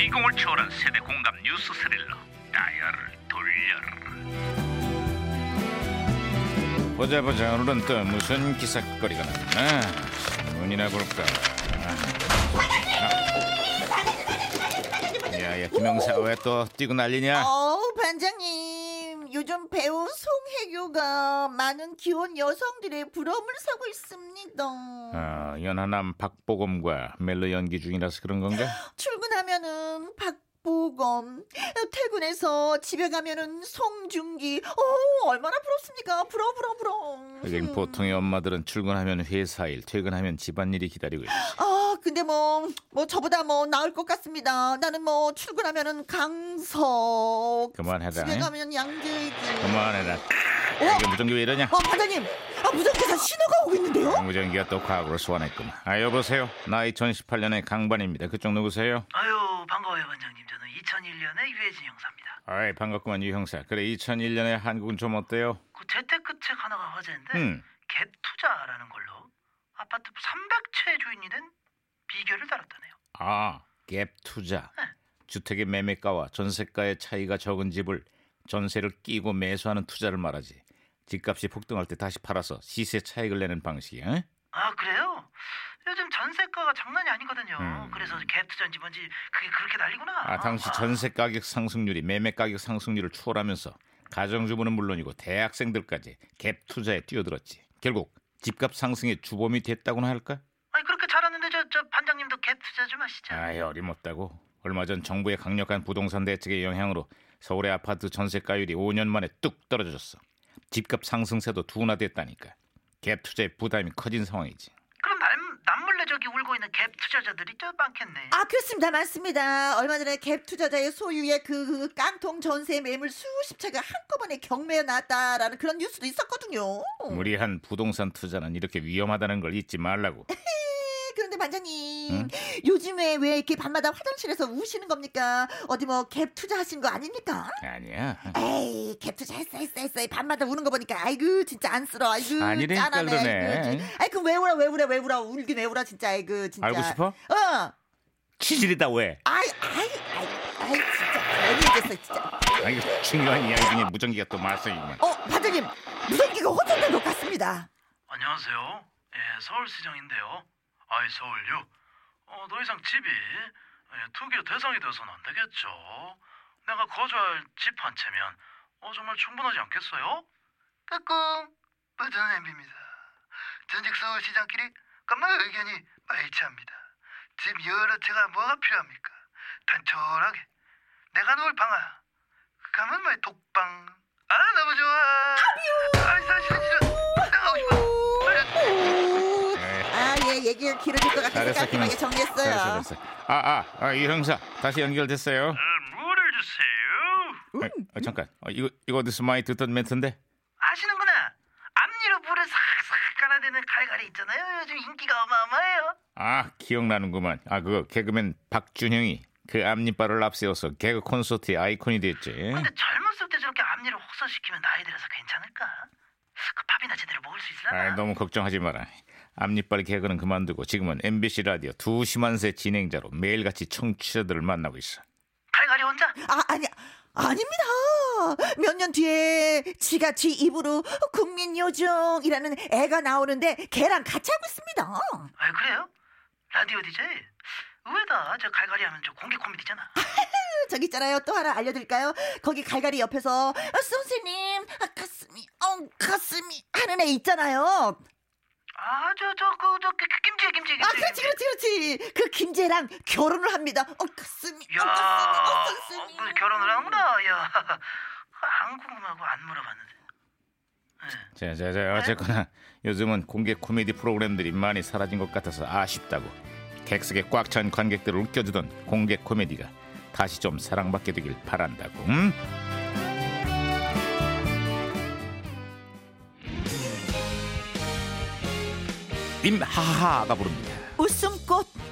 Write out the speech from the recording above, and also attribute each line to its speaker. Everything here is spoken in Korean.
Speaker 1: 열풍을 초월한 세대 공감 뉴스 스릴러 다이얼 돌려라
Speaker 2: 보자 보자 오늘은 또 무슨 기사거리가 났나 신문이나 볼까 아, 야야 김영사 왜 또 뛰고 난리냐
Speaker 3: 어우 반장님 요즘 배우 송혜교가 많은 기혼 여성들의 부러움을 사고 있습니다
Speaker 2: 어, 연하남 박보검과 멜로 연기 중이라서 그런 건가
Speaker 3: 출근하면은 박보검 퇴근해서 집에 가면은 송중기 어우 얼마나 부럽습니까 부러워 부러워 부러워
Speaker 2: 하긴
Speaker 3: 음.
Speaker 2: 보통의 엄마들은 출근하면 회사일 퇴근하면 집안일이 기다리고 있지
Speaker 3: 아 근데 뭐, 뭐 저보다 뭐 나을 것 같습니다 나는 뭐 출근하면은 강석
Speaker 2: 그만해라
Speaker 3: 집에
Speaker 2: 잉?
Speaker 3: 가면 양재기
Speaker 2: 그만해라 아, 이게 무전기 왜 이러냐
Speaker 3: 어 반장님 아 무전기에서 신호가 오고 있는데요
Speaker 2: 무전기가 또 과거로 소환했구만 아 여보세요 나 2018년의 강반입니다 그쪽 누구세요
Speaker 4: 아유 반가워요 반장님 저는 2001년에 유해진 형사입니다
Speaker 2: 아이 반갑구만 유 형사 그래 2001년에 한국은 좀 어때요
Speaker 4: 그 재테크책 하나가 화제인데
Speaker 2: 음.
Speaker 4: 갭 투자라는 걸로 아파트 300채 주인이 된 비결을 달았다네요
Speaker 2: 아, 갭 투자. 주택의 매매가와 전세가의 차이가 적은 집을 전세를 끼고 매수하는 투자를 말하지. 집값이 폭등할 때 다시 팔아서 시세 차익을 내는 방식이야. 응?
Speaker 4: 아 그래요? 요즘 전세가가 장난이 아니거든요
Speaker 2: 음.
Speaker 4: 그래서 갭 투자인지 뭔지 그게 그렇게 난리구나
Speaker 2: 아, 당시 전세 가격 상승률이 매매 가격 상승률을 추월하면서 가정주부는 물론이고 대학생들까지 갭 투자에 뛰어들었지. 결국 집값 상승의 주범이 됐다고나 할까?
Speaker 4: 아니 그렇게 잘하는데 저, 저 반장님도 갭 투자 좀 하시죠
Speaker 2: 아이 어림없다고. 얼마 전 정부의 강력한 부동산 대책의 영향으로 서울의 아파트 전세가율이 5년 만에 뚝 떨어졌어. 집값 상승세도 둔화됐다니까. 갭 투자의 부담이 커진 상황이지.
Speaker 4: 그럼 남, 남몰래 저기 울고 있는 갭 투자자들이 좀 많겠네
Speaker 3: 아 그렇습니다 맞습니다 얼마 전에 갭 투자자의 소유의 그, 그 깡통 전세 매물 수십 채가 한꺼번에 경매에 나왔다라는 그런 뉴스도 있었거든요
Speaker 2: 무리한 부동산 투자는 이렇게 위험하다는 걸 잊지 말라고.
Speaker 3: 네, 그런데 반장님 요즘에 왜 이렇게 밤마다 화장실에서 우시는 겁니까 어디 뭐 갭 투자하신 거 아닙니까
Speaker 2: 아니야.
Speaker 3: 에이 갭 투자 했어 했어 했어 밤마다 우는 거 보니까 아이고 진짜 안쓰러워 아이고
Speaker 2: 아니라니까,
Speaker 3: 짠하네
Speaker 2: 그러네.
Speaker 3: 아이고 아이 그럼 왜 울어 왜 울어 왜 울어 울긴 왜 울어 진짜 아이고 진짜
Speaker 2: 알고 싶어?
Speaker 3: 어
Speaker 2: 치질이다 왜?
Speaker 3: 아이 아이 아이 아이 진짜 괜히 얘기했어 진짜
Speaker 2: 아, 이거 중요한 이야기 중에 무전기가 또 말썽이구만.
Speaker 3: 어, 반장님, 무전기가 호전된 것 같습니다.
Speaker 4: 안녕하세요. 예, 서울 시장인데요. 아이 서울요. 어, 더 이상 집이 예, 투기 대상이 돼서는 안 되겠죠. 내가 거주할 집 한 채면 어, 정말 충분하지 않겠어요? 까꿍 빠져는 엠비입니다. 전직 서울 시장끼리 깜만 의견이 일치합니다. 집 여러 채가 뭐가 필요합니까? 단촐하게 내가 누울 방아. 그 가면 말 독방. 아 너무 좋아. 아이 사실은 싫어. 나가고 싶어.
Speaker 3: 오,
Speaker 2: 네.
Speaker 3: 아, 예, 얘기가 길어질 것 같아서
Speaker 2: 잘했어,
Speaker 3: 깔끔하게
Speaker 2: 김-
Speaker 3: 정리했어요.
Speaker 2: 잘했어, 잘했어. 아, 아, 아, 이 형사 다시 연결됐어요.
Speaker 4: 물을 아, 주세요.
Speaker 2: 어, 어, 잠깐, 어, 이거 이거 어디서 많이 듣던 멘트인데?
Speaker 4: 아시는구나. 앞니로 물을 싹싹 깔아대는 갈갈이 있잖아요. 요즘 인기가 어마어마해요.
Speaker 2: 아 기억나는구만 아 그거 개그맨 박준영이 그 앞니빨을 앞세워서 개그 콘서트의 아이콘이 됐지
Speaker 4: 근데 젊었을 때 저렇게 앞니를 혹사시키면 나이 들어서 괜찮을까? 그 밥이나 제대로 먹을 수 있으려나?
Speaker 2: 아 너무 걱정하지 마라 앞니빨 개그는 그만두고 지금은 MBC 라디오 두 심한새 진행자로 매일같이 청취자들을 만나고 있어
Speaker 4: 갈갈이 혼자?
Speaker 3: 아, 아니, 아닙니다. 몇 년 뒤에 지가 지 입으로 국민 요정이라는 애가 나오는데 걔랑 같이 하고 있습니다.
Speaker 4: 아 그래요? 라디오 DJ? 의외다. 저 갈갈이 하면 저 공개 코미디잖아.
Speaker 3: 저기 있잖아요. 또 하나 알려드릴까요? 거기 갈갈이 옆에서 아, 선생님, 아, 가슴이, 어, 가슴이 하는 애 있잖아요.
Speaker 4: 아 저 저 그 저 김치 김치 김치.
Speaker 3: 아, 그렇지, 그렇지, 그렇지. 그 김재랑 결혼을 합니다. 어, 가슴이,
Speaker 4: 야,
Speaker 3: 어, 가슴이, 어,
Speaker 4: 어,
Speaker 3: 선생님.
Speaker 4: 그 결혼을 하는구나. 야, 그 안 궁금하고 안 물어봤는데.
Speaker 2: 자자자 어쨌거나 요즘은 공개 코미디 프로그램들이 많이 사라진 것 같아서 아쉽다고 객석에 꽉 찬 관객들을 웃겨주던 공개 코미디가 다시 좀 사랑받게 되길 바란다고 음? 임하하가 부릅니다
Speaker 3: 웃음꽃